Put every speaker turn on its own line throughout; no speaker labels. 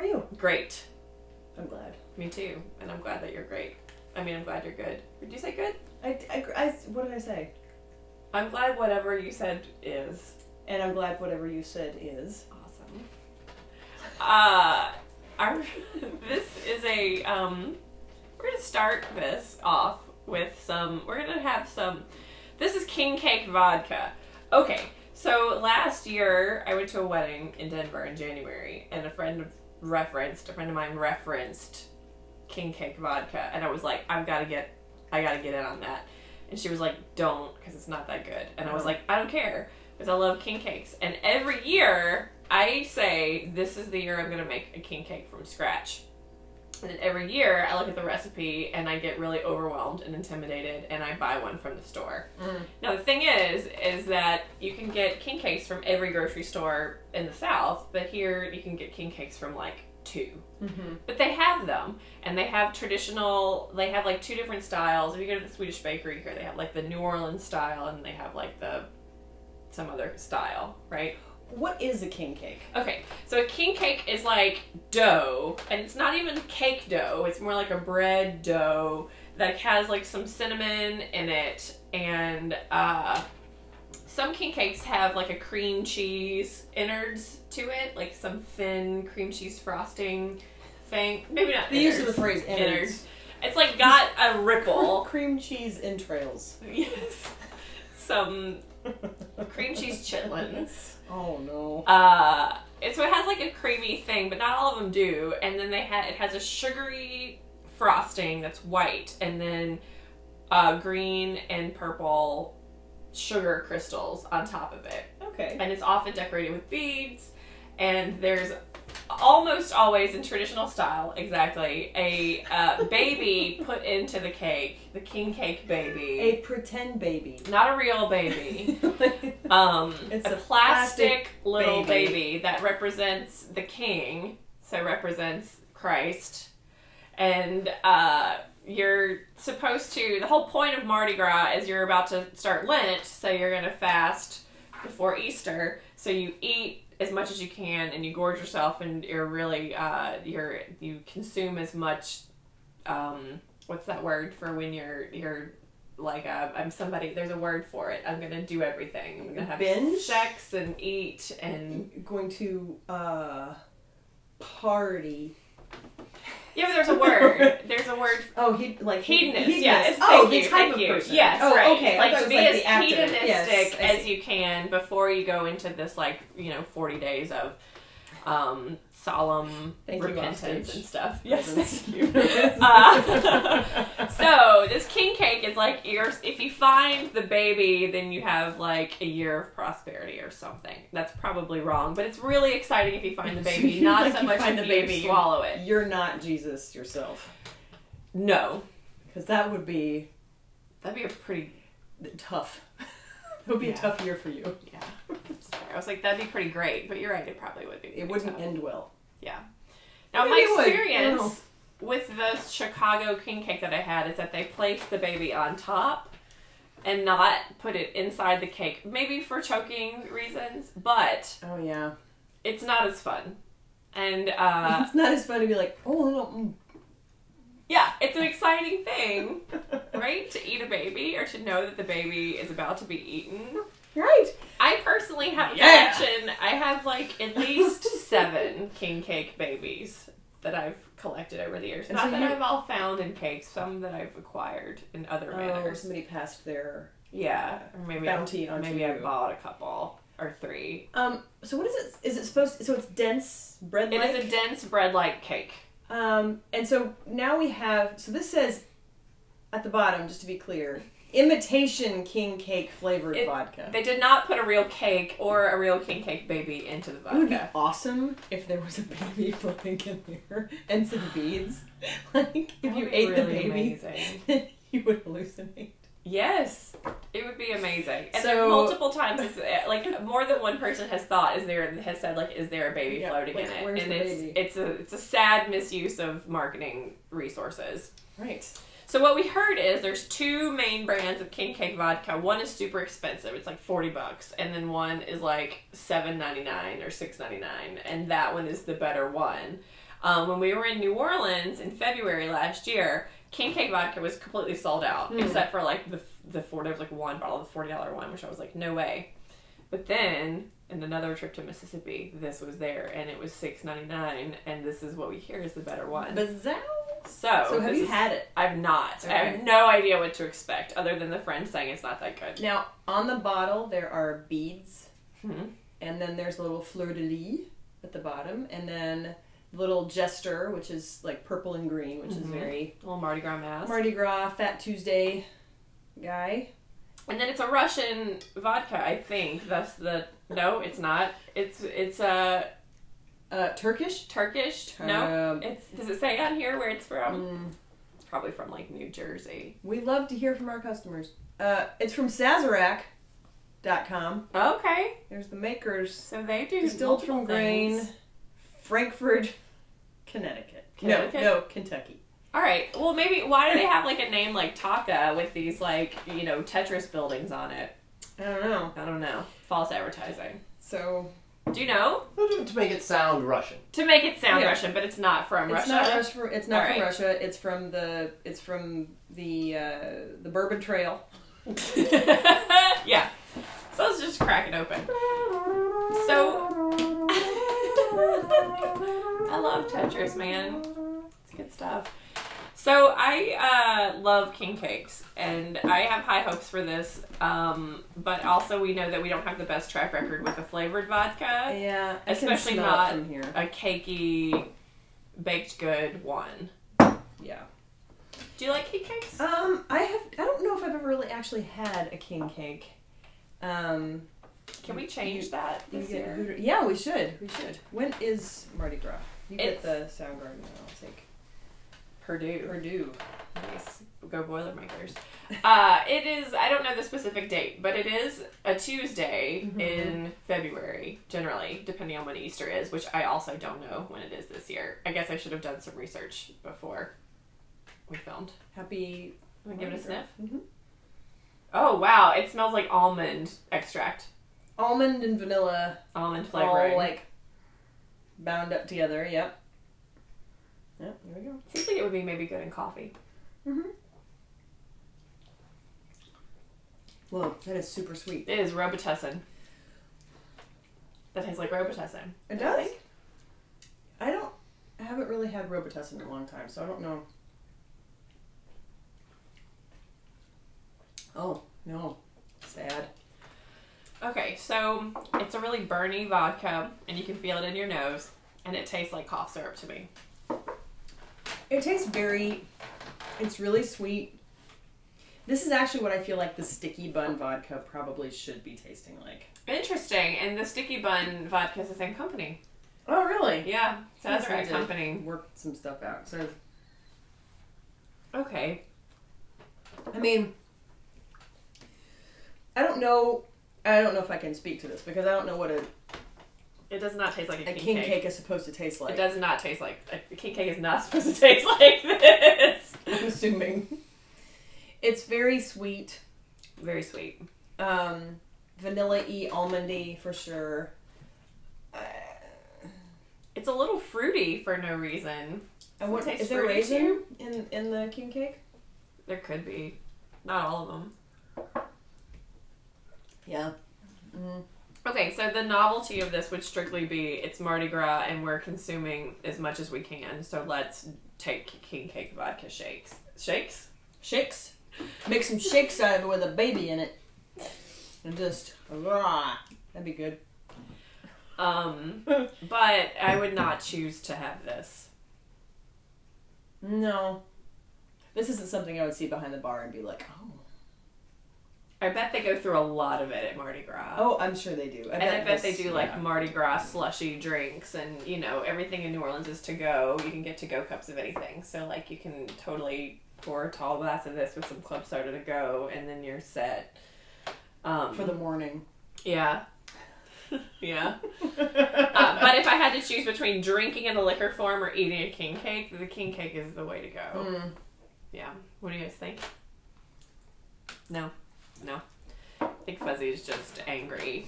Uh, great.
I'm glad.
Me too. And I'm glad that you're great. I mean, I'm glad you're good. Did you say good?
I, I, I, what did I say?
I'm glad whatever you said is
And I'm glad whatever you said is.
awesome. Uh, our, this is a, um, we're going to start this off with some, we're going to have some, this is King Cake Vodka. Okay, so last year I went to a wedding in Denver in January and a friend of- referenced, a friend of mine referenced King Cake Vodka and I was like, I've got to get, I got to get in on that. And she was like, don't, because it's not that good. And I was like, I don't care, because I love king cakes. And every year, I say, this is the year I'm going to make a king cake from scratch. And then every year, I look at the recipe and I get really overwhelmed and intimidated, and I buy one from the store. Now, the thing is, is that you can get king cakes from every grocery store in the South, but here you can get king cakes from like two.
Mm-hmm.
But they have them, and they have traditional. They have like two different styles. If you go to the Swedish bakery here, they have like the New Orleans style, and they have like the some other style, right?
What is a king cake?
Okay, so a king cake is like dough, and it's not even cake dough. It's more like a bread dough that has like some cinnamon in it, and uh, some king cakes have like a cream cheese innards to it, like some thin cream cheese frosting thing. Maybe not.
The use of the
innards.
phrase
innards. It's like got a ripple.
Cream cheese entrails.
yes. Some cream cheese chitlins.
Oh no.
Uh, and so it has like a creamy thing, but not all of them do. And then they had it has a sugary frosting that's white, and then uh, green and purple sugar crystals on top of it.
Okay.
And it's often decorated with beads. And there's almost always in traditional style, exactly, a uh, baby put into the cake, the king cake
A
baby,
pretend baby.
not a real baby. Um,
It's
a,
a
plastic,
plastic
little baby.
baby.
that represents the king, so represents Christ, and uh, you're supposed to. The whole point of Mardi Gras is you're about to start Lent, so you're gonna fast before Easter, so you eat as much as you can and you gorge yourself and you're really uh, you're you consume as much. Um, what's that word for when you're you're like uh, I'm somebody. There's a word for it. I'm gonna do everything. I'm gonna have
Binge?
sex and eat and
going to uh party.
yeah. But there's a word. There's a word.
Oh, he like
Hedonist.
hedonist.
Yeah. it's-
Oh,
thank
the
you,
type
thank
of
you.
person.
Yes.
Oh,
right.
okay. I
Like
thought it
to
was
be
like
as
the actor.
hedonistic
Yes, I
as
see.
you can before you go into this like you know 40 days of um solemn
Thank you,
repentance
hostage.
and stuff. Yes.
Presence.
Thank you. Uh, So this king cake is like you're, if you find the baby, then you have like a year of prosperity or something. That's probably wrong, but it's really exciting if you find the baby. Not
Like
so
you
much
find
if
the
you
baby.
swallow it.
You're not Jesus yourself,
No,
because that would be
that'd be a pretty
tough. It would be
Yeah.
a tough year for you.
yeah. That's fair. I was like that'd be pretty great, but you're right. It probably would be.
It
pretty
wouldn't
tough.
end well.
Yeah. Now
Maybe it
my
would. I don't know.
experience with the Chicago king cake that I had is that they place the baby on top and not put it inside the cake. Maybe for choking reasons, but
Oh yeah.
it's not as fun. And uh,
it's not as fun to be like, oh no.
yeah, it's an exciting thing,
mm."
right? To eat a baby or to know that the baby is about to be eaten.
right.
I personally have a
Yeah.
collection. I have like at least seven king cake babies that I've collected over the years.
And
Not
so
that
you-
I've all found in cakes, some that I've acquired in other
Oh,
manners.
somebody passed their
Yeah, or maybe I,
bounty onto
maybe I
you.
bought a couple or three.
Um. So what is it? Is it supposed? so it's dense bread.
It is a dense bread-like cake.
Um. And so now we have. So this says, at the bottom, just to be clear, imitation king cake flavored
It-
vodka.
They did not put a real cake or a real king cake baby into the
It would be
vodka.
awesome if there was a baby floating in there and some beads. Like if
That would
you
be
ate the
really
baby,
amazing.
you would hallucinate.
Yes, it would be amazing. And
So-
there are multiple times, is- like more than one person has thought, "Is there?" has said, "Like, is there a baby
Yeah,
floating
like,
in it?"
where's
and
the
it's
baby?
it's a it's a sad misuse of marketing resources.
Right.
So what we heard is there's two main brands of king cake vodka. One is super expensive; it's like forty bucks, and then one is like seven ninety nine or six ninety nine, and that one is the better one. Um, when we were in New Orleans in February last year, king cake vodka was completely sold out,
Mm.
except for like the the four. There was like one bottle, the forty dollar one, which I was like, no way. But then in another trip to Mississippi, this was there, and it was six ninety nine, and this is what we hear is the better one.
Bizarre.
so,
So have
this
you
is-
had it?
I've not. I
Okay.
have no idea what to expect, other than the friend saying it's not that good.
Now on the bottle there are beads,
Mhm.
and then there's a little fleur de lis at the bottom, and then little jester, which is like purple and green, which
Mhm.
is very
Little Mardi Gras mask.
Mardi Gras Fat Tuesday guy.
And then it's a Russian vodka, I think. That's the no, it's not. It's it's uh,
Uh, Turkish.
Turkish. No,
Um,
it's does it say on here where it's from?
mm,
It's probably from like New Jersey.
we love to hear from our customers. Uh, it's from Sazerac.com.
Okay,
There's the makers.
so they do
Distilled from
multiple
grain,
things.
Frankfurt, Connecticut.
Connecticut?
No, no, Kentucky.
All right. Well, maybe why do they have like a name like Taka with these like you know Tetris buildings on it?
I don't know.
I don't know. False advertising.
So
Do you know
To make it sound Russian.
to make it sound
Yeah.
Russian, but it's not from
it's
Russia.
not Russia. From, it's not
All
from
right.
Russia. It's from the. It's from the uh, the Bourbon Trail.
yeah. So let's just crack it open. So I love Tetris, man. It's good stuff. So I uh, love king cakes, and I have high hopes for this. Um, but also, we know that we don't have the best track record with a flavored vodka.
Yeah,
Especially
I can smell it
not-
from here.
A cakey, baked good one.
Yeah.
Do you like king cakes?
Um, I have. I don't know if I've ever really actually had a king cake. Um,
Can we change that
you
this
get-
year?
yeah, we should. We should. When is Mardi Gras? You get the Soundgarden. I'll take
Purdue.
Purdue.
Nice. Go Boilermakers. Uh, it is, I don't know the specific date, but it is a Tuesday
Mhm.
in February, generally, depending on when Easter is, which I also don't know when it is this year. I guess I should have done some research before we filmed.
Happy.
I'm gonna give it a sniff.
hmm
Oh, wow. It smells like almond extract,
Almond and vanilla.
almond
all
flavoring.
Oh, like bound up together. Yep. Yep. There we go.
Seems like it would be maybe good in coffee.
Mm-hmm. Whoa, that is super sweet.
It is Robitussin. That tastes like Robitussin.
It does. I don't. I haven't really had Robitussin in a long time, so I don't know. Oh no, sad.
Okay, so it's a really burny vodka, and you can feel it in your nose, and it tastes like cough syrup to me.
It tastes very. It's really sweet. This is actually what I feel like the sticky bun vodka probably should be tasting like.
Interesting, and the sticky bun vodka is the same company.
Oh really?
Yeah, so that's the
Yes,
right
they did.
company.
Worked some stuff out. So
Okay.
I mean, I don't know. I don't know if I can speak to this because I don't know what a,
It does not taste like a,
a
king,
king
cake.
cake. is supposed to taste like.
It does not taste like a king cake is not supposed to taste like this.
I'm assuming. It's very sweet,
Very sweet.
um, vanilla y, almondy for sure. Uh,
It's a little fruity for no reason.
I want,
taste
is there
fruity
raisin
too?
in in the king cake?
There could be, not all of them.
Yeah. Mm.
Okay, so the novelty of this would strictly be it's Mardi Gras and we're consuming as much as we can. So let's take king cake vodka shakes. Shakes?
Shakes. Make some shakes out of it with a baby in it, and just rah. That'd be good.
Um, but I would not choose to have this.
No. This isn't something I would see behind the bar and be like, oh.
I bet they go through a lot of it at Mardi Gras.
Oh, I'm sure they do.
and I bet
this-
they do like
yeah.
Mardi Gras slushy drinks and you know, everything in New Orleans is to go. You can get to go cups of anything. So like you can totally pour a tall glass of this with some club soda to go and then you're set. Um,
for the morning.
Yeah. yeah. Uh, but if I had to choose between drinking in a liquor form or eating a king cake, the king cake is the way to go.
Mm.
Yeah. What do you guys think? No. No. I think Fuzzy is just angry.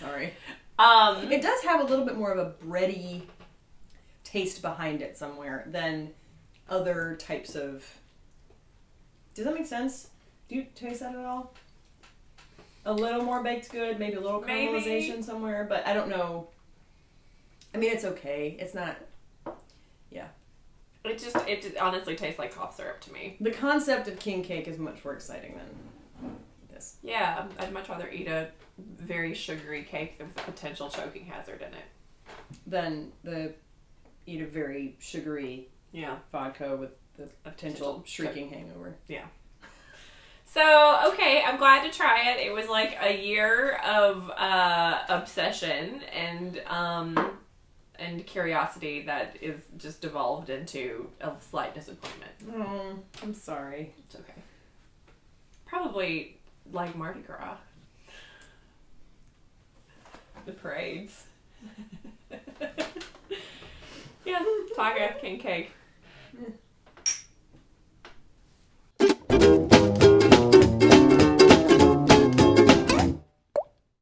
Sorry.
Um,
It does have a little bit more of a bready taste behind it somewhere than other types of. Does that make sense? Do you taste that at all? A little more baked good, maybe a little
Maybe.
caramelization somewhere, but I don't know. I mean, it's okay. It's not.
it just it just honestly tastes like cough syrup to me.
The concept of king cake is much more exciting than this.
Yeah, I'd much rather eat a very sugary cake with a potential choking hazard in it.
Than the eat a very sugary
Yeah.
vodka with the
potential
potential shrieking hangover.
So okay, I'm glad to try it. It was like a year of uh, obsession and um, and curiosity that is just devolved into a slight disappointment.
Oh, I'm sorry.
It's okay. Probably like Mardi Gras. The parades. yeah, taco, king cake.